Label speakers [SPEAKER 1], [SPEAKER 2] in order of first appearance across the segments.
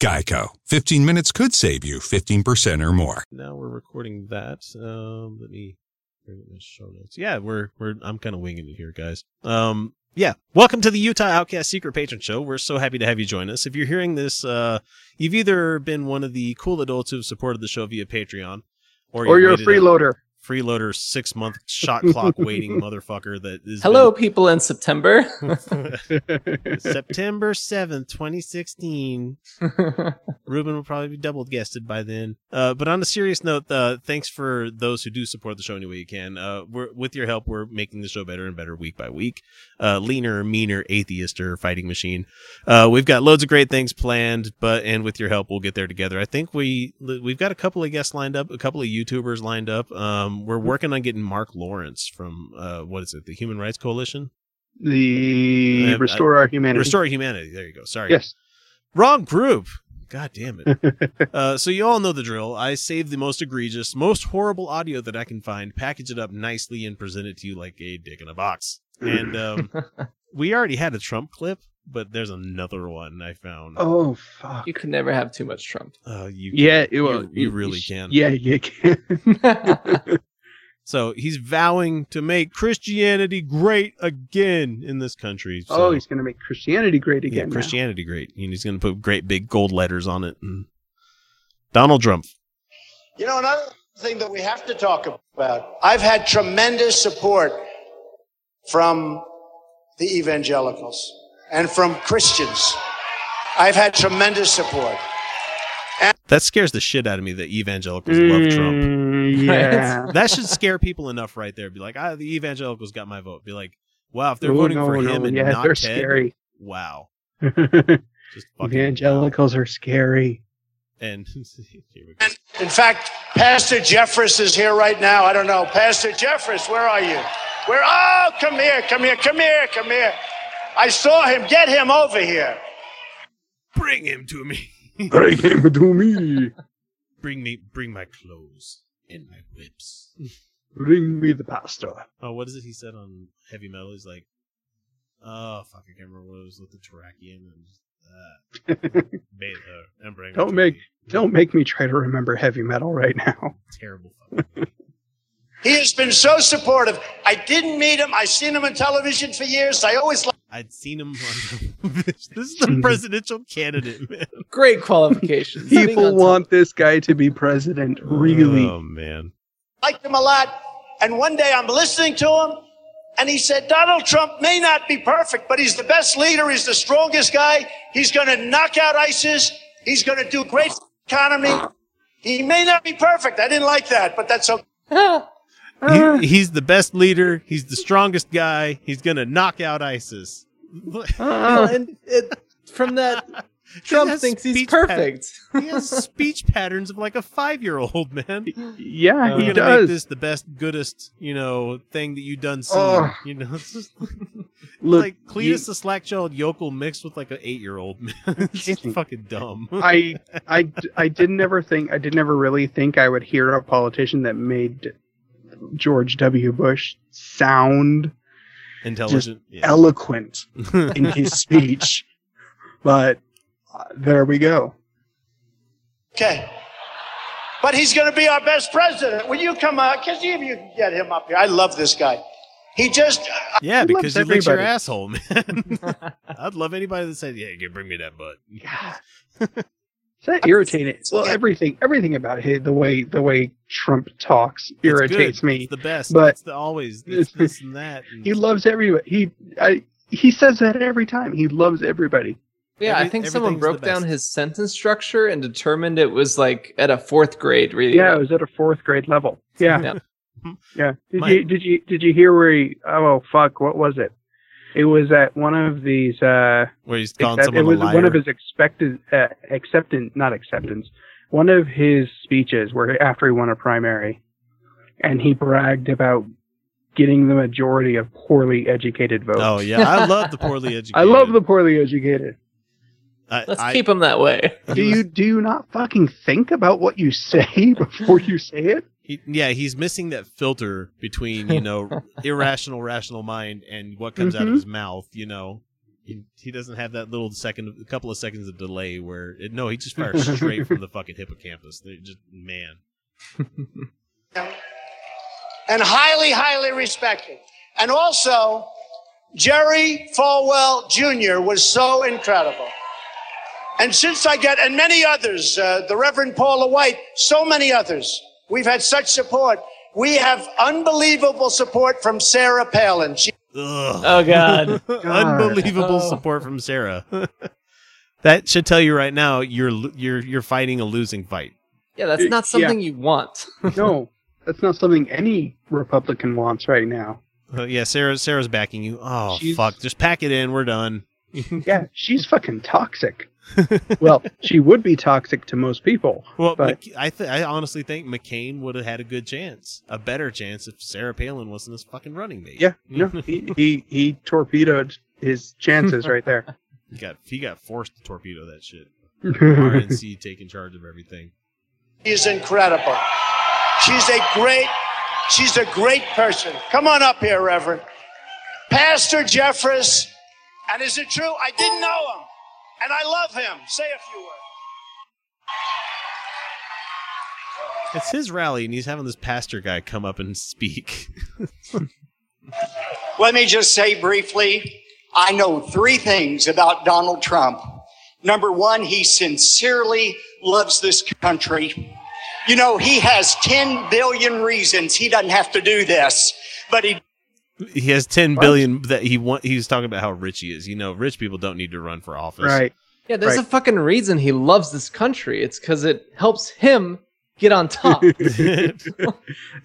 [SPEAKER 1] Geico. 15 minutes could save you 15% or more.
[SPEAKER 2] Now we're recording that. Um, let me bring up my show notes. Yeah, we're we're I'm kind of winging it here, guys. Um, yeah, welcome to the Utah Outcast Secret Patron Show. We're so happy to have you join us. If you're hearing this, uh, you've either been one of the cool adults who've supported the show via Patreon,
[SPEAKER 3] Or you're a
[SPEAKER 2] you've waited
[SPEAKER 3] freeloader.
[SPEAKER 2] freeloader six month shot clock waiting motherfucker that is
[SPEAKER 4] Hello, people in September.
[SPEAKER 2] September 7th, 2016. Ruben will probably be double guested by then. Uh, but on a serious note, uh, thanks for those who do support the show any way you can. Uh, we're, with your help, we're making the show better and better week by week. Uh, leaner, meaner, atheist, or fighting machine. Uh, we've got loads of great things planned, but and with your help, we'll get there together. I think we we've got a couple of guests lined up, a couple of YouTubers lined up. Um,
[SPEAKER 3] Hmm.
[SPEAKER 2] we're working on getting Mark Lawrence from uh, what is it, the Human Rights Coalition?
[SPEAKER 3] The
[SPEAKER 2] Uh,
[SPEAKER 3] restore our humanity.
[SPEAKER 2] Restore Humanity. There you go. Sorry.
[SPEAKER 3] Yes.
[SPEAKER 2] Wrong group. God damn it. uh, so you all know the drill. I save the most egregious, most horrible audio that I can find, package it up nicely, and present it to you like a dick in a box. And um, we already had a Trump clip, but there's another one I found.
[SPEAKER 3] Oh fuck.
[SPEAKER 4] you can never have too much Trump.
[SPEAKER 2] Uh, you
[SPEAKER 3] yeah, it
[SPEAKER 2] you-
[SPEAKER 3] will.
[SPEAKER 2] you really can.
[SPEAKER 3] Yeah, you can.
[SPEAKER 2] So he's vowing to make Christianity great again in this country. So,
[SPEAKER 3] oh, he's gonna make Christianity great
[SPEAKER 2] yeah,
[SPEAKER 3] again. now.
[SPEAKER 2] Christianity great. And he's going to put great big gold letters on it. And Donald Trump.
[SPEAKER 5] You know, another thing that we have to talk about, I've had tremendous support from the evangelicals and from Christians. I've had tremendous support.
[SPEAKER 2] That scares the shit out of me that evangelicals love Trump.
[SPEAKER 3] Mm, yeah.
[SPEAKER 2] That should scare people enough right there. Be like, ah, the evangelicals got my vote. Be like, wow, if they're
[SPEAKER 3] Oh,
[SPEAKER 2] voting
[SPEAKER 3] no,
[SPEAKER 2] for
[SPEAKER 3] no,
[SPEAKER 2] him and
[SPEAKER 3] yeah,
[SPEAKER 2] not
[SPEAKER 3] they're
[SPEAKER 2] Ted,
[SPEAKER 3] scary.
[SPEAKER 2] wow. Just fucking
[SPEAKER 3] Evangelicals are scary.
[SPEAKER 2] And here we go.
[SPEAKER 5] In fact, Pastor Jeffress is here right now. I don't know. Pastor Jeffress, where are you? Where? Oh, come here, come here, come here, come here. I saw him. Get him over here.
[SPEAKER 2] Bring him to me.
[SPEAKER 3] Bring him to me.
[SPEAKER 2] Bring me, bring my clothes and my whips.
[SPEAKER 3] Bring me the pastor.
[SPEAKER 2] Oh, what is it he said on heavy metal? He's like, oh fuck, I can't remember what it was with the Tarakian and uh, bathe her and bring. her
[SPEAKER 3] Don't
[SPEAKER 2] to
[SPEAKER 3] make-
[SPEAKER 2] me.
[SPEAKER 3] Don't make me try to remember heavy metal right now.
[SPEAKER 2] terrible. Fucking movie.
[SPEAKER 5] He has been so supportive. I didn't meet him. I've seen him on television for years. I always
[SPEAKER 2] I'd seen him on. this is the presidential candidate, man.
[SPEAKER 4] Great qualifications. Sitting on
[SPEAKER 3] People
[SPEAKER 4] top-
[SPEAKER 3] want this guy to be president. Really?
[SPEAKER 2] Oh man.
[SPEAKER 5] liked him a lot. And one day I'm listening to him and he said, Donald Trump may not be perfect, but he's the best leader. He's the strongest guy. He's going to knock out ISIS. He's going to do great for the economy. He may not be perfect. I didn't like that, but that's okay.
[SPEAKER 3] Uh.
[SPEAKER 2] He- he's the best leader. He's the strongest guy. He's gonna knock out ISIS.
[SPEAKER 4] Well,
[SPEAKER 3] Ah,
[SPEAKER 4] and it, from that, Trump
[SPEAKER 2] has
[SPEAKER 4] thinks he's
[SPEAKER 2] speech pat-
[SPEAKER 4] perfect.
[SPEAKER 2] he has speech patterns of like a five-year-old man.
[SPEAKER 3] yeah,
[SPEAKER 2] We're
[SPEAKER 3] he
[SPEAKER 2] gonna make
[SPEAKER 3] does.
[SPEAKER 2] this the best, goodest, you know, thing that you done seen.
[SPEAKER 3] Ugh.
[SPEAKER 2] You know, it's just
[SPEAKER 3] Look,
[SPEAKER 2] like Cletus
[SPEAKER 3] you-
[SPEAKER 2] the slack-jawed yokel mixed with like an eight-year-old man. it's just fucking dumb.
[SPEAKER 3] I, I, I did never think, I did never really think I would hear a politician that made George W. Bush sound
[SPEAKER 2] Intelligent. Yeah.
[SPEAKER 3] eloquent in his speech. But uh, there we go.
[SPEAKER 5] Okay. But he's going to be our best president. Will you come out? Can you you can get him up here? I love this guy. He just,
[SPEAKER 2] yeah, because
[SPEAKER 3] loves
[SPEAKER 2] he licks your
[SPEAKER 3] everybody.
[SPEAKER 2] asshole, man. I'd love anybody that said, "Yeah, you bring me that butt."
[SPEAKER 3] Is that irritating? Well, everything, everything about it, the way the way Trump talks
[SPEAKER 2] It's
[SPEAKER 3] irritates
[SPEAKER 2] good.
[SPEAKER 3] me.
[SPEAKER 2] It's the best.
[SPEAKER 3] but-
[SPEAKER 2] it's the always it's this and that. and-
[SPEAKER 3] He loves everybody. He, I, he says that every time. He loves everybody.
[SPEAKER 4] Yeah, I
[SPEAKER 2] Every-
[SPEAKER 4] think someone
[SPEAKER 2] everything's the
[SPEAKER 4] broke down
[SPEAKER 2] best.
[SPEAKER 4] his sentence structure and determined it was like at a fourth grade reading.
[SPEAKER 3] Yeah, it was at a fourth grade level. Yeah.
[SPEAKER 4] Yeah.
[SPEAKER 2] Mm-hmm.
[SPEAKER 3] Yeah. Did
[SPEAKER 2] My-
[SPEAKER 3] you did you did you hear where he oh fuck, what was it? It was at one of these uh
[SPEAKER 2] where he's calling
[SPEAKER 3] accept, it
[SPEAKER 2] someone a
[SPEAKER 3] was
[SPEAKER 2] liar.
[SPEAKER 3] one of his expected uh, acceptance not acceptance. one of his speeches where after he won a primary, and he bragged about getting the majority of poorly educated votes.
[SPEAKER 2] Oh yeah, I love the poorly educated.
[SPEAKER 3] I love the poorly educated.
[SPEAKER 2] I,
[SPEAKER 4] Let's 'em
[SPEAKER 2] I-
[SPEAKER 4] keep them that way.
[SPEAKER 3] Do you do you not fucking think about what you say before you say it?
[SPEAKER 2] He, yeah, he's missing that filter between you know irrational, rational mind and what comes out of
[SPEAKER 3] Mhm.
[SPEAKER 2] his mouth. You know, he, he doesn't have that little second, a couple of seconds of delay where it, no, he just fires straight from the fucking hippocampus. They just man,
[SPEAKER 5] and highly, highly respected. And also, Jerry Falwell Jr. was so incredible. And since I get, and many others, uh, the Reverend Paula White, so many others, we've had such support. We have unbelievable support from Sarah Palin. She
[SPEAKER 2] Ugh.
[SPEAKER 4] Oh, God.
[SPEAKER 2] unbelievable
[SPEAKER 4] Oh.
[SPEAKER 2] support from Sarah. that should tell you right now you're lo- you're you're fighting a losing fight.
[SPEAKER 4] Yeah, that's
[SPEAKER 3] Yeah.
[SPEAKER 4] not something you want.
[SPEAKER 3] No, that's not something any Republican wants right now.
[SPEAKER 2] Uh, yeah, Sarah Sarah's backing you. Oh
[SPEAKER 3] She's-
[SPEAKER 2] fuck, just pack it in. We're done.
[SPEAKER 3] Yeah, she's fucking toxic. well, she would be toxic to most people.
[SPEAKER 2] Well,
[SPEAKER 3] But-
[SPEAKER 2] Mc- I th- I honestly think McCain would have had a good chance, a better chance if Sarah Palin wasn't his fucking running mate.
[SPEAKER 3] Yeah, no, he, he he torpedoed his chances right there.
[SPEAKER 2] he got he got forced to torpedo that shit. RNC taking charge of everything.
[SPEAKER 5] is incredible. She's a great, she's a great person. Come on up here, Reverend. Pastor Jeffress, and is it true? I didn't know him, and I love him. Say a few words.
[SPEAKER 2] It's his rally, and he's having this pastor guy come up and speak.
[SPEAKER 5] Let me just say briefly I know three things about Donald Trump. Number one, he sincerely loves this country. You know, he has 10 billion reasons he doesn't have to do this, but he
[SPEAKER 2] he has ten
[SPEAKER 3] What?
[SPEAKER 2] billion that he want. He's talking about how rich he is. You know, rich people don't need to run for office.
[SPEAKER 3] right.
[SPEAKER 4] Yeah, there's
[SPEAKER 3] Right.
[SPEAKER 4] a fucking reason he loves this country. It's because it helps him get on top.
[SPEAKER 3] Except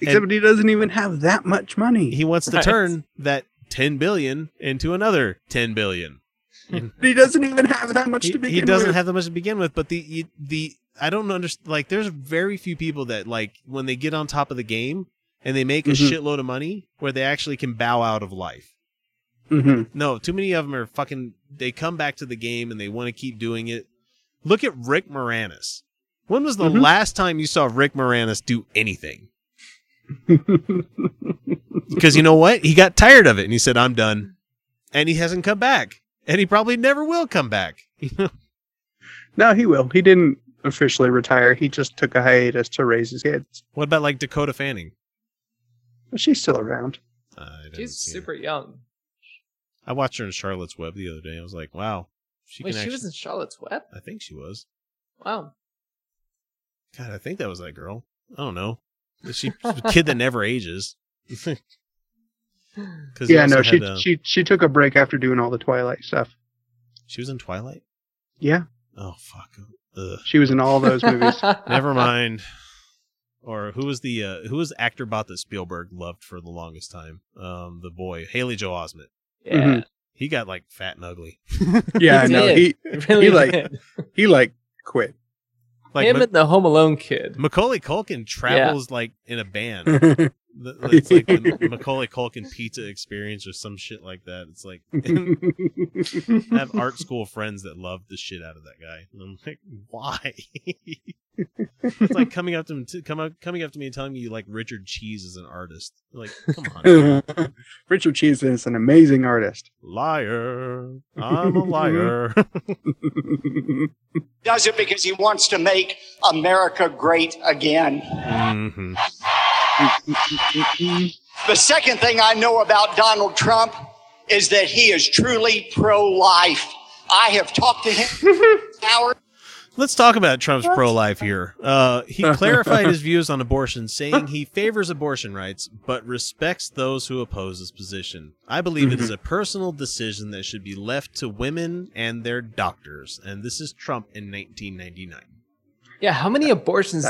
[SPEAKER 3] he doesn't even have that much money.
[SPEAKER 2] he wants to
[SPEAKER 4] Right.
[SPEAKER 2] turn that 10 billion into another 10 billion.
[SPEAKER 3] He doesn't even have that much
[SPEAKER 2] He,
[SPEAKER 3] to begin
[SPEAKER 2] he doesn't
[SPEAKER 3] with.
[SPEAKER 2] have that much to begin with, but the you- the I don't understand. Like, there's very few people that like when they get on top of the game and they make a
[SPEAKER 3] Mhm.
[SPEAKER 2] shitload of money where they actually can bow out of life.
[SPEAKER 3] Mhm.
[SPEAKER 2] No, too many of them are fucking. They come back to the game and they want to keep doing it. Look at Rick Moranis. When was the
[SPEAKER 3] Mhm.
[SPEAKER 2] last time you saw Rick Moranis do anything?
[SPEAKER 3] Mm-hmm.
[SPEAKER 2] Because you know what? He got tired of it and he said, I'm done. And he hasn't come back. And he probably never will come back.
[SPEAKER 3] No, he will. He didn't officially retire. He just took a hiatus to raise his kids.
[SPEAKER 2] what about like Dakota Fanning?
[SPEAKER 3] But she's still around.
[SPEAKER 2] I didn't
[SPEAKER 4] She's
[SPEAKER 2] see her.
[SPEAKER 4] super young.
[SPEAKER 2] I watched her in Charlotte's Web the other day. I was like, wow. She
[SPEAKER 4] Wait,
[SPEAKER 2] can
[SPEAKER 4] she
[SPEAKER 2] actually,
[SPEAKER 4] was in Charlotte's Web?
[SPEAKER 2] I think she was.
[SPEAKER 4] Wow.
[SPEAKER 2] God, I think that was that girl. I don't know. She a kid that never ages. 'Cause he
[SPEAKER 3] Yeah,
[SPEAKER 2] also
[SPEAKER 3] no, she
[SPEAKER 2] had, uh,
[SPEAKER 3] she she took a break after doing all the Twilight stuff.
[SPEAKER 2] she was in Twilight.
[SPEAKER 3] Yeah,
[SPEAKER 2] Oh fuck. Ugh.
[SPEAKER 3] she was in all those movies.
[SPEAKER 2] Never mind. Or who was the uh, who was the actor bot that Spielberg loved for the longest time? Um, the boy Haley Joel Osment.
[SPEAKER 4] Yeah.
[SPEAKER 3] Mhm.
[SPEAKER 2] He got like fat and ugly.
[SPEAKER 3] Yeah, I
[SPEAKER 4] He
[SPEAKER 3] know.
[SPEAKER 4] did.
[SPEAKER 3] He
[SPEAKER 4] It Really
[SPEAKER 3] He, like,
[SPEAKER 4] did.
[SPEAKER 3] he like quit.
[SPEAKER 2] Like
[SPEAKER 4] him
[SPEAKER 2] Ma-
[SPEAKER 4] and the Home Alone kid.
[SPEAKER 2] Macaulay Culkin travels like in a band. Th-
[SPEAKER 3] That's
[SPEAKER 2] It's like the Macaulay Culkin pizza experience or some shit like that. It's like I have art school friends that love the shit out of that guy. And I'm like, why? it's like coming up to him, come up, coming up to me and telling me you like Richard Cheese as an artist. Like, come on.
[SPEAKER 3] Richard Cheese is an amazing artist.
[SPEAKER 2] Liar. I'm a liar.
[SPEAKER 5] does it because he wants to make America great again.
[SPEAKER 2] Mhm.
[SPEAKER 5] The second thing I know about Donald Trump is that he is truly pro life. I have talked to him for hours.
[SPEAKER 2] Let's talk about Trump's pro life here. Uh, he clarified his views on abortion, saying he favors abortion rights but respects those who oppose his position. I believe it is
[SPEAKER 3] Mm-hmm.
[SPEAKER 2] a personal decision that should be left to women and their doctors. And this is Trump in 1999.
[SPEAKER 4] Yeah, how many abortions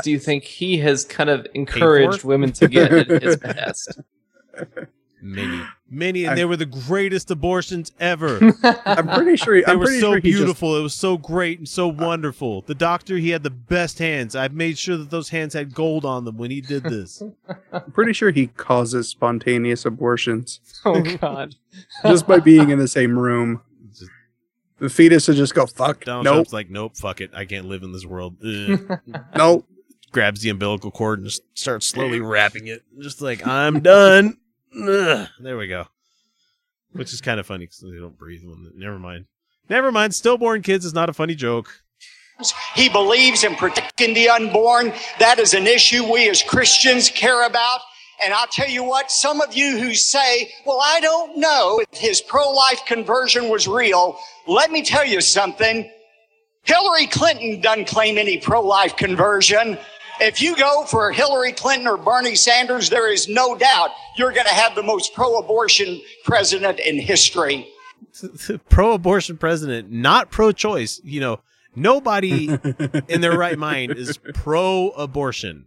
[SPEAKER 4] do you think he has kind of encouraged women to get at his behest?
[SPEAKER 1] Many.
[SPEAKER 2] Many,
[SPEAKER 3] I-
[SPEAKER 2] and they were the greatest abortions ever.
[SPEAKER 3] I'm pretty sure.
[SPEAKER 2] They
[SPEAKER 3] I'm
[SPEAKER 2] were
[SPEAKER 3] pretty
[SPEAKER 2] so
[SPEAKER 3] sure he just
[SPEAKER 2] beautiful. It was so great and so wonderful. The doctor, he had the best hands. I made sure that those hands had gold on them when he did this.
[SPEAKER 3] I'm pretty sure he causes spontaneous abortions
[SPEAKER 4] oh God.
[SPEAKER 3] just by being in the same room.
[SPEAKER 2] Just-
[SPEAKER 3] The fetus would just go fuck.
[SPEAKER 2] Donald
[SPEAKER 3] nope,
[SPEAKER 2] Trump's like, nope, fuck it. I can't live in this world. Ugh.
[SPEAKER 3] nope.
[SPEAKER 2] Grabs the umbilical cord and just starts slowly wrapping it. Just like, I'm done. Ugh. There we go. Which is kind of funny because they don't breathe. When they- Never mind. Never mind. Stillborn kids is not a funny joke.
[SPEAKER 5] He believes in protecting the unborn. That is an issue we as Christians care about. And I'll tell you what, some of you who say, well, I don't know if his pro life conversion was real, let me tell you something. Hillary Clinton doesn't claim any pro life conversion. If you go for Hillary Clinton or Bernie Sanders, there is no doubt you're going to have the most pro abortion president in history.
[SPEAKER 2] pro abortion president, not pro choice. You know, nobody in their right mind is pro abortion.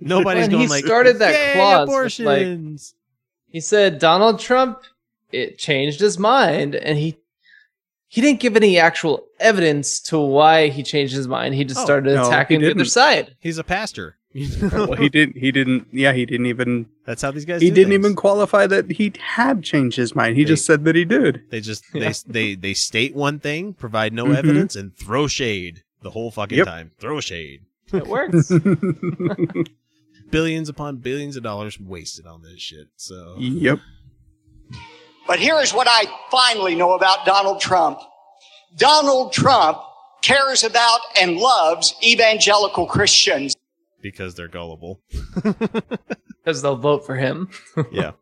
[SPEAKER 2] Nobody's
[SPEAKER 4] When
[SPEAKER 2] going
[SPEAKER 4] he
[SPEAKER 2] like
[SPEAKER 4] started that
[SPEAKER 2] "Yay,
[SPEAKER 4] clause with, like-
[SPEAKER 2] abortions.
[SPEAKER 4] He said Donald Trump it changed his mind and he he didn't give any actual evidence to why he changed his mind. He just
[SPEAKER 2] Oh,
[SPEAKER 4] started
[SPEAKER 3] no, he
[SPEAKER 4] attacking the other
[SPEAKER 3] didn't.
[SPEAKER 4] side.
[SPEAKER 2] He's a pastor.
[SPEAKER 3] Well, he didn't. He didn't. Yeah, he didn't even.
[SPEAKER 2] That's how these guys.
[SPEAKER 3] He
[SPEAKER 2] do
[SPEAKER 3] didn't
[SPEAKER 2] things.
[SPEAKER 3] even qualify that he had changed his mind. He
[SPEAKER 2] They-
[SPEAKER 3] just said that he did.
[SPEAKER 2] They just
[SPEAKER 4] Yeah.
[SPEAKER 2] they they they state one thing, provide no
[SPEAKER 3] Mhm.
[SPEAKER 2] evidence, and throw shade the whole fucking
[SPEAKER 3] Yep.
[SPEAKER 2] time. Throw shade.
[SPEAKER 4] It works.
[SPEAKER 2] Billions upon billions of dollars wasted on this shit. So
[SPEAKER 3] yep.
[SPEAKER 5] But here is what I finally know about Donald Trump. Donald Trump cares about and loves evangelical Christians.
[SPEAKER 2] because they're gullible.
[SPEAKER 4] Because they'll vote for him.
[SPEAKER 2] Yeah.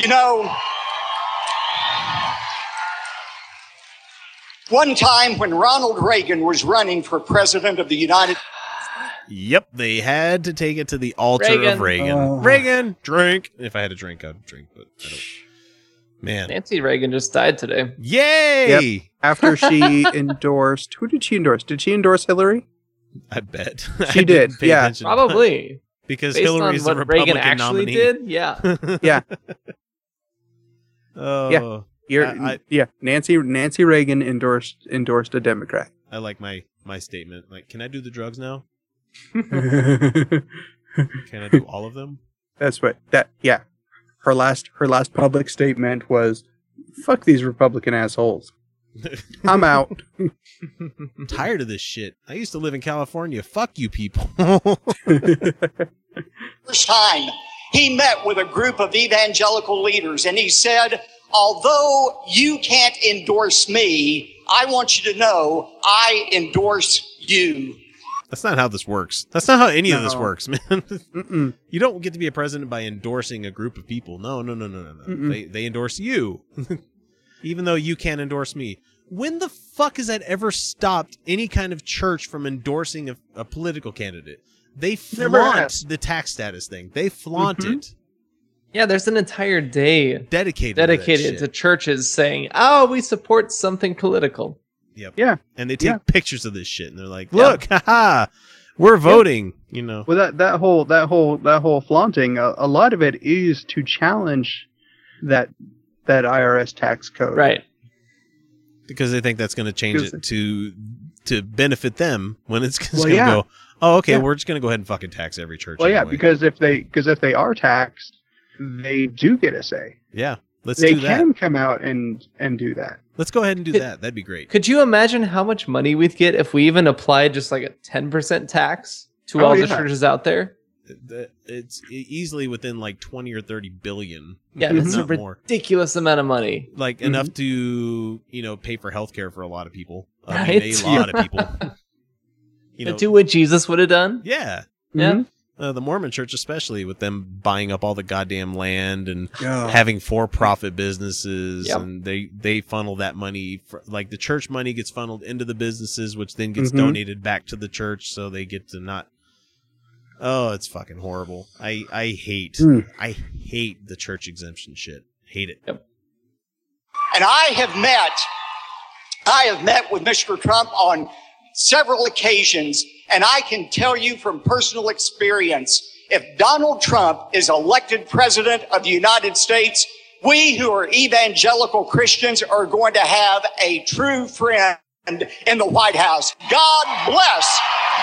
[SPEAKER 5] You know, one time when Ronald Reagan was running for president of the United
[SPEAKER 2] Yep, they had to take it to the altar of
[SPEAKER 4] Reagan.
[SPEAKER 2] Reagan.
[SPEAKER 3] Oh.
[SPEAKER 2] Reagan, drink. If I had a drink, I'd drink, but I don't. Man.
[SPEAKER 4] Nancy Reagan just died today.
[SPEAKER 2] Yay!
[SPEAKER 3] After she endorsed, who did she endorse? Did she endorse Hillary?
[SPEAKER 2] I bet.
[SPEAKER 3] She
[SPEAKER 2] I didn't
[SPEAKER 3] did,
[SPEAKER 2] pay
[SPEAKER 3] yeah.
[SPEAKER 2] attention.
[SPEAKER 4] Probably.
[SPEAKER 2] Because
[SPEAKER 4] Based
[SPEAKER 2] Hillary
[SPEAKER 4] on
[SPEAKER 2] is the
[SPEAKER 4] what
[SPEAKER 2] Republican
[SPEAKER 4] Reagan actually
[SPEAKER 2] nominee.
[SPEAKER 4] did, yeah.
[SPEAKER 2] Oh,
[SPEAKER 3] Yeah. You're,
[SPEAKER 2] I- I-
[SPEAKER 3] yeah, Nancy Nancy Reagan endorsed endorsed a Democrat.
[SPEAKER 2] I like my my statement. Like, can I do the drugs now? Can I do all of them?
[SPEAKER 3] That's what that yeah. Her last her last public statement was fuck these Republican assholes. I'm out.
[SPEAKER 2] I'm tired of this shit. I used to live in California. Fuck you people.
[SPEAKER 5] first time he met with a group of evangelical leaders and he said, although you can't endorse me, I want you to know I endorse you.
[SPEAKER 2] That's not how this works. That's not how any of this
[SPEAKER 3] No.
[SPEAKER 2] works, man.
[SPEAKER 3] Mm-mm.
[SPEAKER 2] You don't get to be a president by endorsing a group of people. No, no, no, no, no, no.
[SPEAKER 3] Mm-mm.
[SPEAKER 2] They they endorse you, even though you can't endorse me. When the fuck has that ever stopped any kind of church from endorsing a, a political candidate? They
[SPEAKER 3] Never
[SPEAKER 2] flaunt
[SPEAKER 3] has.
[SPEAKER 2] the tax status thing. They flaunt
[SPEAKER 3] Mhm.
[SPEAKER 2] it.
[SPEAKER 4] Yeah, there's an entire day
[SPEAKER 2] Dedicated. to that
[SPEAKER 4] dedicated
[SPEAKER 2] shit.
[SPEAKER 4] to churches saying, "Oh, we support something political."
[SPEAKER 2] Yep.
[SPEAKER 3] Yeah.
[SPEAKER 2] And they take
[SPEAKER 3] Yeah.
[SPEAKER 2] pictures of this shit, and they're like,
[SPEAKER 4] Yeah.
[SPEAKER 2] "Look, haha, we're voting." You know.
[SPEAKER 3] Well that that whole that whole that whole flaunting a, a lot of it is to challenge that that IRS tax code.
[SPEAKER 4] Right.
[SPEAKER 2] because they think that's going to change
[SPEAKER 3] Because-
[SPEAKER 2] it to to benefit them when it's just
[SPEAKER 3] Well,
[SPEAKER 2] going to
[SPEAKER 3] yeah.
[SPEAKER 2] go oh okay
[SPEAKER 3] Yeah.
[SPEAKER 2] we're just going to go ahead and fucking tax every church
[SPEAKER 3] Well yeah,
[SPEAKER 2] anyway."
[SPEAKER 3] because if they because if they are taxed, they do get a say.
[SPEAKER 2] yeah let's
[SPEAKER 3] they
[SPEAKER 2] do that
[SPEAKER 3] can come out and and do that.
[SPEAKER 2] let's go ahead and do
[SPEAKER 4] Could-
[SPEAKER 2] that that'd be great
[SPEAKER 4] Could you imagine how much money we'd get if we even applied just like a 10% tax to
[SPEAKER 3] Oh,
[SPEAKER 4] all the
[SPEAKER 3] yeah.
[SPEAKER 4] churches out there?
[SPEAKER 2] Mm-hmm. Th- it's e- easily within like 20 or 30 billion
[SPEAKER 4] Yeah,
[SPEAKER 2] if
[SPEAKER 4] that's
[SPEAKER 2] not
[SPEAKER 4] a
[SPEAKER 2] more
[SPEAKER 4] ridiculous amount of money.
[SPEAKER 2] like
[SPEAKER 3] Mm-hmm.
[SPEAKER 2] enough to you know pay for health care for a lot of people I mean,
[SPEAKER 4] Right?
[SPEAKER 2] a lot of people you know
[SPEAKER 4] To do what Jesus would have done?
[SPEAKER 2] yeah
[SPEAKER 4] Yeah.
[SPEAKER 3] Mhm.
[SPEAKER 2] uh, the mormon church especially with them buying up all the goddamn land and
[SPEAKER 3] Yeah.
[SPEAKER 2] having for-profit businesses
[SPEAKER 4] Yep.
[SPEAKER 2] and they they funnel that money for, like the church money gets funneled into the businesses which then gets
[SPEAKER 3] Mhm.
[SPEAKER 2] donated back to the church so they get to not oh it's fucking horrible i i hate
[SPEAKER 3] Mm.
[SPEAKER 2] i hate the church exemption shit hate it
[SPEAKER 5] And I have met, I have met with Mr. Trump on several occasions,
[SPEAKER 6] And I can tell you from personal experience, if Donald Trump is elected president of the United States, we who are evangelical Christians are going to have a true friend in the White House. God bless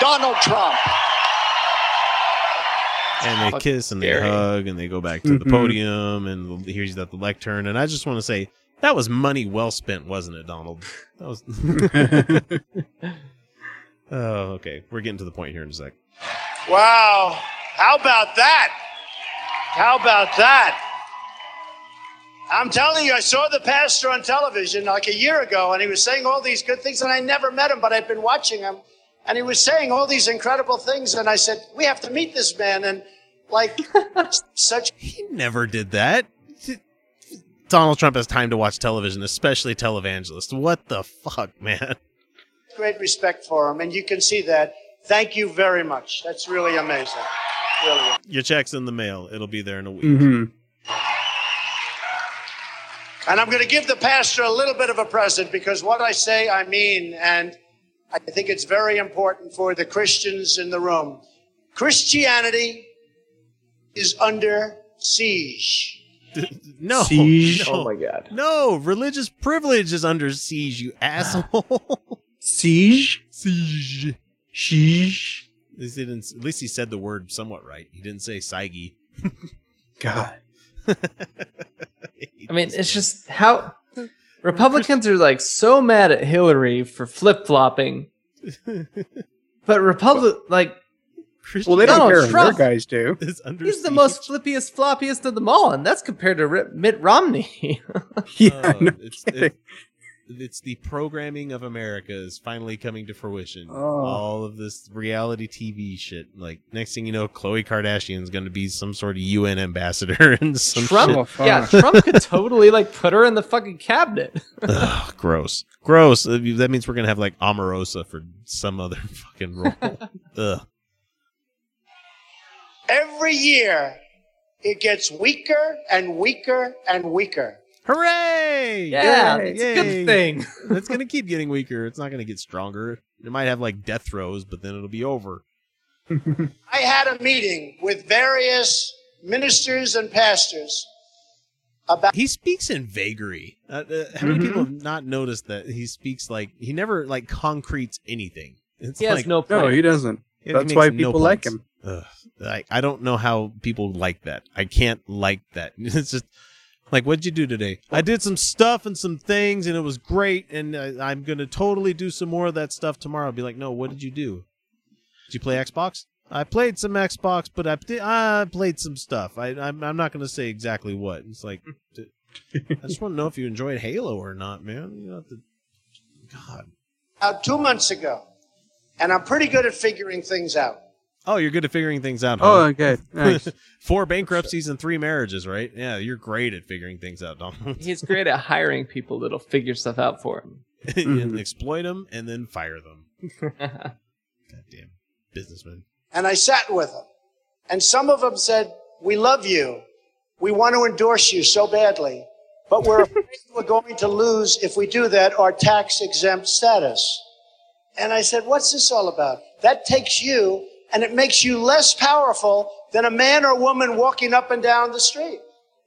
[SPEAKER 6] Donald Trump.
[SPEAKER 2] and they
[SPEAKER 4] Fuck
[SPEAKER 2] kiss and
[SPEAKER 4] Gary.
[SPEAKER 2] they hug and they go back to the
[SPEAKER 3] Mhm.
[SPEAKER 2] podium and here's that the lectern and i just want to say that was money well spent wasn't it donald that was oh okay we're getting to the point here in a sec
[SPEAKER 6] Wow. How about that? How about that? I'm telling you, I saw the pastor on television like a year ago, and he was saying all these good things, and I never met him, but I've been watching him, and he was saying all these incredible things, and I said, We have to meet this man, and like such
[SPEAKER 2] he never did that donald trump has time to watch television especially televangelists what the fuck man
[SPEAKER 6] great respect for him, and you can see that. Thank you very much. That's really amazing. Really.
[SPEAKER 2] your check's in the mail it'll be there in a week
[SPEAKER 3] hmm
[SPEAKER 6] And I'm going to give the pastor a little bit of a present because what I say, I mean. And I think it's very important for the Christians in the room. Christianity is under siege.
[SPEAKER 2] no
[SPEAKER 3] Siege.
[SPEAKER 2] no.
[SPEAKER 4] Oh my god.
[SPEAKER 2] no religious privilege is under siege you asshole
[SPEAKER 3] Ah. Siege?
[SPEAKER 2] siege
[SPEAKER 3] Sheesh.
[SPEAKER 2] At least, he didn't, at least he said the word somewhat right. He didn't say Saigi.
[SPEAKER 3] God.
[SPEAKER 4] I mean, it's just how Republicans are like so mad at Hillary for flip flopping, but Republic like
[SPEAKER 2] Christian
[SPEAKER 3] Well, they don't
[SPEAKER 4] Donald
[SPEAKER 3] care. Their
[SPEAKER 4] Trump.
[SPEAKER 3] guys do.
[SPEAKER 2] is under
[SPEAKER 4] he's the
[SPEAKER 2] siege.
[SPEAKER 4] most flippiest floppiest of them all, and that's compared to Rip- Mitt Romney.
[SPEAKER 3] Yeah.
[SPEAKER 2] Oh,
[SPEAKER 3] no
[SPEAKER 2] it's,
[SPEAKER 3] kidding.
[SPEAKER 2] it- it's the programming of America is finally coming to fruition.
[SPEAKER 3] Oh.
[SPEAKER 2] All of this reality TV shit. Like next thing you know, Khloe Kardashian's going to be some sort of UN ambassador and some shit.
[SPEAKER 4] Trump,
[SPEAKER 3] shit.
[SPEAKER 4] yeah, Trump could totally like put her in the fucking cabinet.
[SPEAKER 2] Ugh, gross, gross. Uh, That means we're going to have like Omarosa for some other fucking role. Ugh.
[SPEAKER 6] Every year, it gets weaker and weaker and weaker.
[SPEAKER 2] Hooray!
[SPEAKER 4] Yeah, it's a
[SPEAKER 2] Yay.
[SPEAKER 4] good thing.
[SPEAKER 2] It's gonna keep getting weaker. It's not gonna get stronger. It might have like death throes, but then it'll be over.
[SPEAKER 6] I had a meeting with various ministers and pastors about
[SPEAKER 2] He speaks in vagary. Uh, uh, how many
[SPEAKER 3] Mhm.
[SPEAKER 2] people have not noticed that he speaks like he never like concretes anything? It's
[SPEAKER 4] He has
[SPEAKER 2] like
[SPEAKER 4] no
[SPEAKER 3] No,
[SPEAKER 4] plan.
[SPEAKER 3] he doesn't.
[SPEAKER 2] it
[SPEAKER 3] That's
[SPEAKER 2] makes
[SPEAKER 3] why
[SPEAKER 2] no
[SPEAKER 3] people like
[SPEAKER 2] points.
[SPEAKER 3] him.
[SPEAKER 2] Ugh, I I don't know how people like that. I can't like that. It's just like what'd you do today? I did some stuff and some things, and it was great. And I, I'm gonna totally do some more of that stuff tomorrow. I'll be like, no, what did you do? Did you play Xbox? I played some Xbox, but I did, I played some stuff. I I'm, I'm not gonna say exactly what. It's like d- I just want to know if you enjoyed Halo or not, man. You don't have to. God.
[SPEAKER 6] about two months ago, and I'm pretty good at figuring things out.
[SPEAKER 2] Oh, you're good at figuring things out. huh?
[SPEAKER 3] Oh, okay. Nice.
[SPEAKER 2] Four bankruptcies and three marriages, right? Yeah, you're great at figuring things out, Donald.
[SPEAKER 4] He's great at hiring people that'll figure stuff out for him.
[SPEAKER 2] and exploit them and then fire them. Goddamn businessman.
[SPEAKER 6] And I sat with them. And some of them said, We love you. We want to endorse you so badly, but we're afraid we're going to lose, if we do that, our tax exempt status. And I said, What's this all about? That takes you and it makes you less powerful than a man or woman walking up and down the street.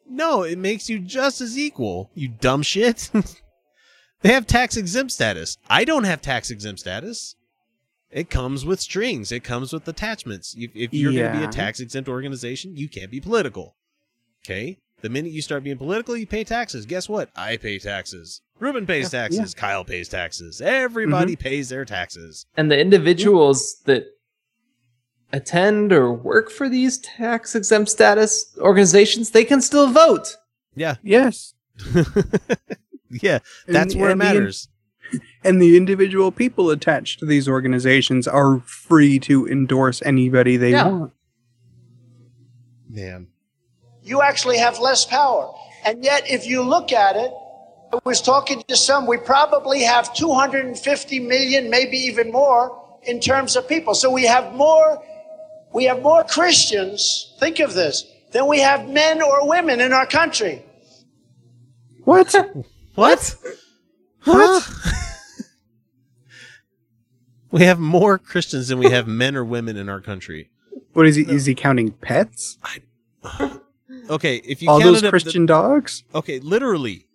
[SPEAKER 2] No, it makes you just as equal, you dumb shit. they have tax exempt status. I don't have tax exempt status. It comes with strings, it comes with attachments. If, if you're going to
[SPEAKER 3] Yeah.
[SPEAKER 2] be a tax exempt organization, you can't be political. Okay? The minute you start being political, you pay taxes. Guess what? I pay taxes. Ruben pays taxes. Kyle pays taxes. Everybody
[SPEAKER 3] Mm-hmm.
[SPEAKER 2] pays their taxes.
[SPEAKER 4] and the individuals that attend or work for these tax exempt status organizations, they can still vote.
[SPEAKER 2] Yeah.
[SPEAKER 3] yes.
[SPEAKER 2] yeah. That's
[SPEAKER 3] And-
[SPEAKER 2] where it
[SPEAKER 3] and the in-
[SPEAKER 2] matters.
[SPEAKER 3] and the individual people attached to these organizations are free to endorse anybody they
[SPEAKER 4] Yeah.
[SPEAKER 3] want.
[SPEAKER 2] Man.
[SPEAKER 6] you actually have less power. And yet, if you look at it, I was talking to some, we probably have 250 million, maybe even more, in terms of people. So we have more, we have more Christians, think of this, than we have men or women in our country.
[SPEAKER 3] What?
[SPEAKER 2] What?
[SPEAKER 3] What?
[SPEAKER 2] Huh? We have more Christians than we have men or women in our country.
[SPEAKER 3] What is he? Is he counting pets?
[SPEAKER 2] Okay, if you
[SPEAKER 3] All
[SPEAKER 2] counted
[SPEAKER 3] those
[SPEAKER 2] up the-
[SPEAKER 3] Christian dogs?
[SPEAKER 2] Okay, literally.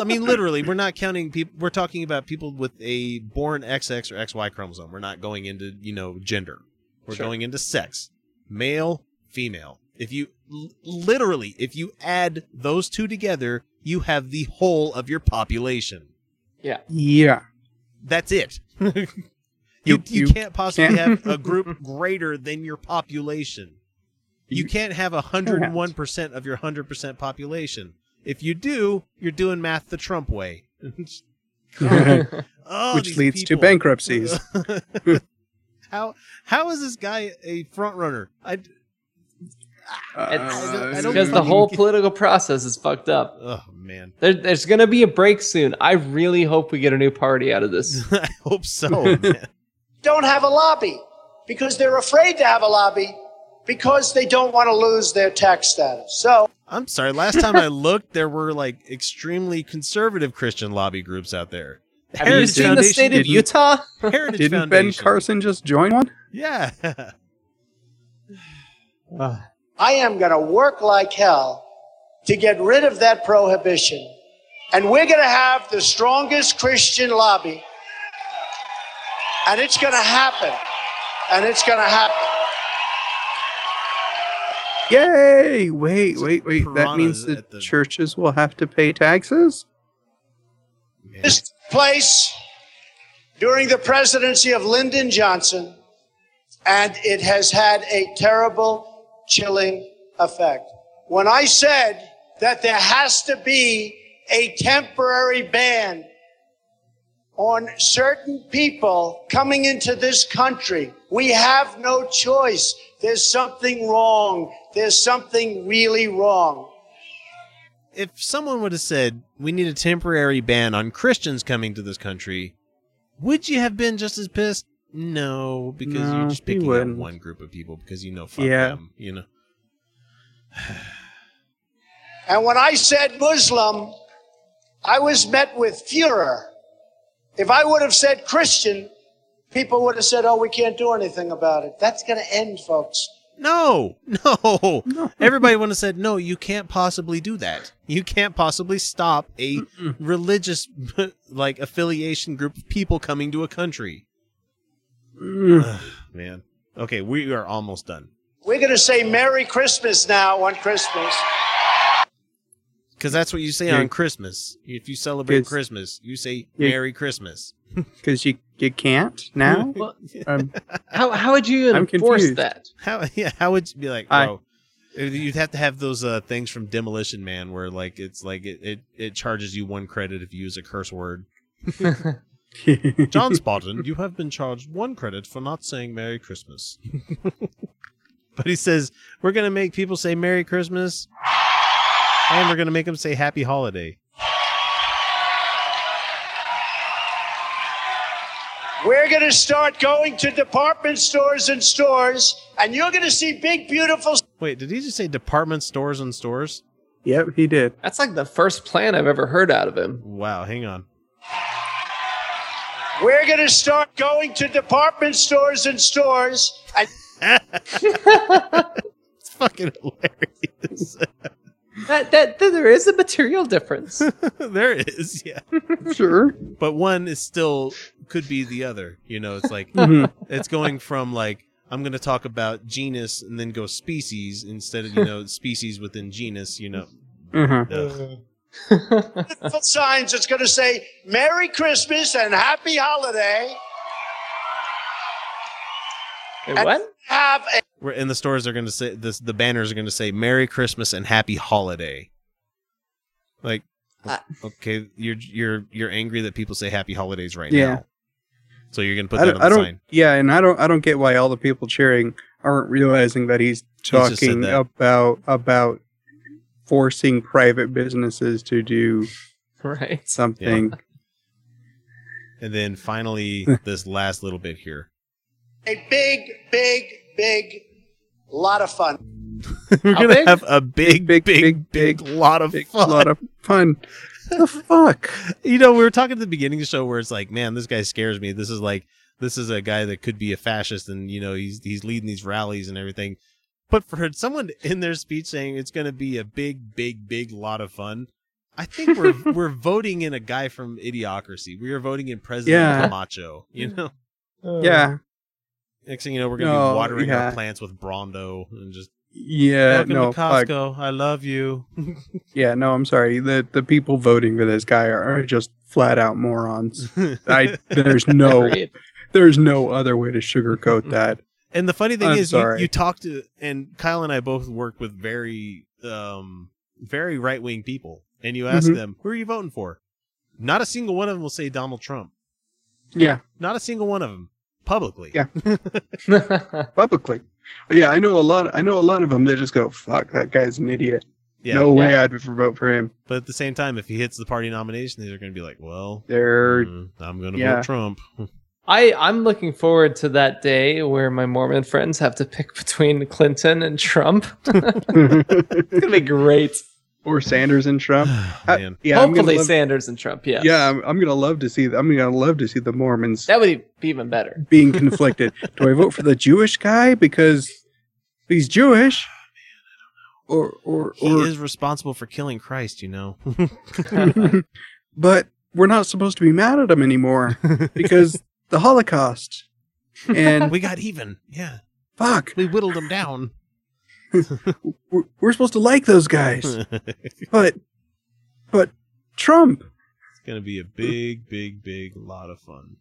[SPEAKER 2] I mean, literally, we're not counting people. We're talking about people with a born XX or XY chromosome. We're not going into, you know, gender. We're
[SPEAKER 4] Sure.
[SPEAKER 2] going into sex male, female. If you l- literally, if you add those two together, you have the whole of your population.
[SPEAKER 3] Yeah.
[SPEAKER 2] That's it. you, you,
[SPEAKER 3] you
[SPEAKER 2] can't possibly
[SPEAKER 3] can't-
[SPEAKER 2] have a group greater than your population. You can't have 101% of your 100% population. If you do, you're doing math the Trump way. Oh,
[SPEAKER 3] Which
[SPEAKER 2] these
[SPEAKER 3] leads to
[SPEAKER 2] people.
[SPEAKER 3] bankruptcies.
[SPEAKER 2] how how is this guy a front runner? I
[SPEAKER 3] Uh,
[SPEAKER 4] It's because the whole political process is fucked up.
[SPEAKER 2] oh man,
[SPEAKER 4] There, there's going to be a break soon. I really hope we get a new party out of this.
[SPEAKER 2] I hope so. man.
[SPEAKER 6] don't have a lobby because they're afraid to have a lobby because they don't want to lose their tax status. So
[SPEAKER 2] I'm sorry. Last time I looked, there were like extremely conservative Christian lobby groups out there.
[SPEAKER 4] Have you seen the state of
[SPEAKER 3] didn't-
[SPEAKER 4] Utah?
[SPEAKER 2] Heritage
[SPEAKER 3] Didn't Ben
[SPEAKER 2] Foundation.
[SPEAKER 3] Carson just join one?
[SPEAKER 2] Yeah.
[SPEAKER 6] I am going to work like hell to get rid of that prohibition. And we're going to have the strongest Christian lobby. And it's going to happen. And it's going to happen.
[SPEAKER 3] Yay! Wait, wait, wait. That means
[SPEAKER 2] piranhas
[SPEAKER 3] the,
[SPEAKER 2] at the-
[SPEAKER 3] churches will have to pay taxes?
[SPEAKER 6] This place during the presidency of Lyndon Johnson, and it has had a terrible, chilling effect. When I said that there has to be a temporary ban on certain people coming into this country. We have no choice. There's something wrong. There's something really wrong.
[SPEAKER 2] if someone would have said we need a temporary ban on Christians coming to this country, would you have been just as pissed? No, because
[SPEAKER 3] No,
[SPEAKER 2] you're just
[SPEAKER 3] we
[SPEAKER 2] picking up
[SPEAKER 3] wouldn't.
[SPEAKER 2] one group of people because you know fuck
[SPEAKER 3] Yeah.
[SPEAKER 2] them, you know.
[SPEAKER 6] And when I said Muslim, I was met with furor. If I would have said Christian, people would have said, oh, we can't do anything about it. That's going to end, folks.
[SPEAKER 2] No, no. Everybody would have said, no, you can't possibly do that. You can't possibly stop a religious like affiliation group of people coming to a country.
[SPEAKER 3] Mm.
[SPEAKER 2] Man. Okay, we are almost done.
[SPEAKER 6] We're going to say Merry Christmas now on Christmas.
[SPEAKER 2] Because that's what you say
[SPEAKER 3] Yeah.
[SPEAKER 2] on Christmas. If you celebrate
[SPEAKER 3] Yes.
[SPEAKER 2] Christmas, you say
[SPEAKER 3] Yeah.
[SPEAKER 2] Merry Christmas.
[SPEAKER 3] Because you, you can't now?
[SPEAKER 4] Well,
[SPEAKER 3] um,
[SPEAKER 4] how, how would you
[SPEAKER 3] I'm
[SPEAKER 4] enforce
[SPEAKER 3] confused.
[SPEAKER 4] that?
[SPEAKER 2] How yeah, how would you be like,
[SPEAKER 3] I-
[SPEAKER 2] bro? You'd have to have those uh, things from Demolition Man where like it's like it, it, it charges you one credit if you use a curse word. John Spartan, you have been charged one credit for not saying Merry Christmas. but he says we're gonna make people say Merry Christmas, and we're gonna make them say Happy Holiday.
[SPEAKER 6] We're going to start going to department stores and stores, and you're going to see big, beautiful
[SPEAKER 2] Wait, did he just say department stores and stores?
[SPEAKER 3] yep, he did.
[SPEAKER 4] That's like the first plan I've ever heard out of him.
[SPEAKER 2] Wow, hang on.
[SPEAKER 6] We're going to start going to department stores and stores. And
[SPEAKER 2] It's fucking hilarious.
[SPEAKER 4] That, that, that there is a material difference.
[SPEAKER 2] there it is, yeah.
[SPEAKER 3] Sure.
[SPEAKER 2] but one is still could be the other. You know, it's like
[SPEAKER 3] Mhm.
[SPEAKER 2] it's going from like I'm going to talk about genus and then go species instead of you know species within genus. You know,
[SPEAKER 3] Uh-huh.
[SPEAKER 2] Ugh.
[SPEAKER 6] beautiful signs that's going to say Merry Christmas and Happy Holiday.
[SPEAKER 4] Wait, what?
[SPEAKER 6] Have a
[SPEAKER 2] we're in the stores. They're going to say this. The banners are going to say Merry Christmas and Happy Holiday. Like,
[SPEAKER 7] Uh.
[SPEAKER 2] okay, you're you're you're angry that people say Happy Holidays right
[SPEAKER 3] Yeah.
[SPEAKER 2] now. So you're going to put
[SPEAKER 3] I
[SPEAKER 2] that
[SPEAKER 3] don't,
[SPEAKER 2] on
[SPEAKER 3] I
[SPEAKER 2] the
[SPEAKER 3] don't-
[SPEAKER 2] sign.
[SPEAKER 3] Yeah, and I don't. I don't get why all the people cheering aren't realizing that he's
[SPEAKER 2] just said
[SPEAKER 3] talking
[SPEAKER 2] that.
[SPEAKER 3] about about forcing private businesses to do
[SPEAKER 4] Right.
[SPEAKER 3] something.
[SPEAKER 2] And then finally, this last little bit here.
[SPEAKER 6] a big, big, big lot of fun.
[SPEAKER 2] We're
[SPEAKER 4] How
[SPEAKER 2] gonna
[SPEAKER 4] big?
[SPEAKER 2] have a big, big,
[SPEAKER 3] Big,
[SPEAKER 2] big,
[SPEAKER 3] big, big,
[SPEAKER 2] lot of
[SPEAKER 3] Big
[SPEAKER 2] fun.
[SPEAKER 3] lot of fun. the fuck.
[SPEAKER 2] you know, we were talking at the beginning of the show where it's like, man, this guy scares me. This is like This is a guy that could be a fascist, and you know he's he's leading these rallies and everything. But for someone in their speech saying it's going to be a big, big, big lot of fun, I think we're we're voting in a guy from Idiocracy. We are voting in President
[SPEAKER 3] Yeah.
[SPEAKER 2] Camacho. You know,
[SPEAKER 4] Oh.
[SPEAKER 3] Yeah.
[SPEAKER 2] next thing you know, we're going to
[SPEAKER 3] No,
[SPEAKER 2] be watering
[SPEAKER 3] yeah.
[SPEAKER 2] our plants with Brondo and just
[SPEAKER 3] Yeah.
[SPEAKER 2] welcome
[SPEAKER 3] no.
[SPEAKER 2] to
[SPEAKER 3] fuck.
[SPEAKER 2] Costco. I love you.
[SPEAKER 3] Yeah. No. I'm sorry. The the people voting for this guy are just flat out morons. I there's no
[SPEAKER 4] Agreed.
[SPEAKER 3] there's no other way to sugarcoat that.
[SPEAKER 2] And the funny thing
[SPEAKER 3] I'm
[SPEAKER 2] is, you,
[SPEAKER 3] sorry.
[SPEAKER 2] you talk to, and Kyle and I both work with very, um, very right wing people. And you ask
[SPEAKER 3] Mhm.
[SPEAKER 2] them, who are you voting for? Not a single one of them will say Donald Trump.
[SPEAKER 3] Yeah.
[SPEAKER 2] Not a single one of them publicly.
[SPEAKER 3] Yeah. Publicly. Yeah. I know a lot. I know a lot of them. They just go, "Fuck, that guy's an idiot.
[SPEAKER 2] Yeah.
[SPEAKER 3] no way
[SPEAKER 4] Yeah.
[SPEAKER 3] I'd ever vote for him."
[SPEAKER 2] But at the same time, if he hits the party nomination, they're going to be like, well,
[SPEAKER 3] They're
[SPEAKER 2] mm, I'm going to
[SPEAKER 3] yeah.
[SPEAKER 2] vote Trump.
[SPEAKER 4] I I'm looking forward to that day where my Mormon friends have to pick between Clinton and Trump.
[SPEAKER 2] Mm.
[SPEAKER 4] It's gonna be great.
[SPEAKER 3] or Sanders and Trump.
[SPEAKER 2] Man.
[SPEAKER 3] Yeah. I'm gonna
[SPEAKER 4] Hopefully
[SPEAKER 3] love-
[SPEAKER 4] Sanders and Trump. Yeah.
[SPEAKER 3] Yeah. I'm, I'm gonna love to see. th- I'm gonna love to see the Mormons
[SPEAKER 4] That would be even better.
[SPEAKER 3] being conflicted. Do I vote for the Jewish guy because he's Jewish? Or or
[SPEAKER 2] He
[SPEAKER 3] or
[SPEAKER 2] is responsible for killing Christ, you know.
[SPEAKER 3] but we're not supposed to be mad at him anymore because the Holocaust. And
[SPEAKER 2] we got even. Yeah.
[SPEAKER 3] fuck,
[SPEAKER 2] We whittled him down.
[SPEAKER 3] we're, we're supposed to like those guys.
[SPEAKER 2] it's
[SPEAKER 3] But but Trump,
[SPEAKER 2] going to be a big, big, big lot of fun.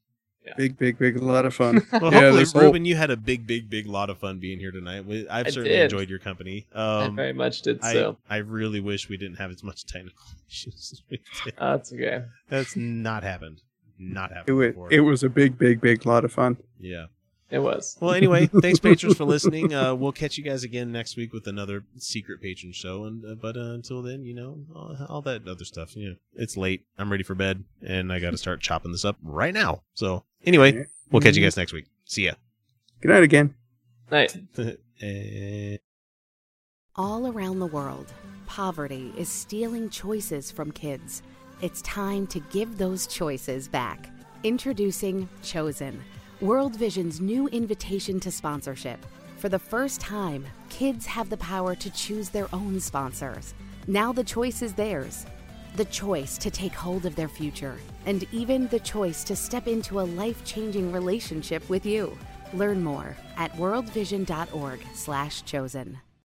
[SPEAKER 3] big big big a lot of fun.
[SPEAKER 2] Well,
[SPEAKER 3] Yeah,
[SPEAKER 2] hopefully,
[SPEAKER 3] this whole-
[SPEAKER 2] Ruben, you had a big, big, big lot of fun being here tonight. We- I've
[SPEAKER 4] I
[SPEAKER 2] certainly
[SPEAKER 4] did.
[SPEAKER 2] enjoyed your company.
[SPEAKER 4] I
[SPEAKER 2] Um,
[SPEAKER 4] very much did
[SPEAKER 2] I,
[SPEAKER 4] so.
[SPEAKER 2] I really wish we didn't have as much technical issues. as we did.
[SPEAKER 4] Oh, that's okay.
[SPEAKER 2] That's not happened. Not happened
[SPEAKER 3] It was
[SPEAKER 2] before.
[SPEAKER 3] it was a big big big lot of fun.
[SPEAKER 2] yeah.
[SPEAKER 4] It was.
[SPEAKER 2] Well, anyway, thanks patrons for listening. Uh, we'll catch you guys again next week with another secret patron show. And uh, but uh, until then, you know, all, all that other stuff. You know, it's late. I'm ready for bed, and I got to start chopping this up right now. So anyway, we'll catch you guys next week. See ya.
[SPEAKER 3] Good night again.
[SPEAKER 4] Night.
[SPEAKER 2] Eh.
[SPEAKER 8] All around the world, poverty is stealing choices from kids. It's time to give those choices back. Introducing Chosen, World Vision's new invitation to sponsorship. For the first time, kids have the power to choose their own sponsors. Now the choice is theirs the choice to take hold of their future, and even the choice to step into a life-changing relationship with you. Learn more at worldvision.org/chosen.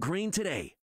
[SPEAKER 6] Green today.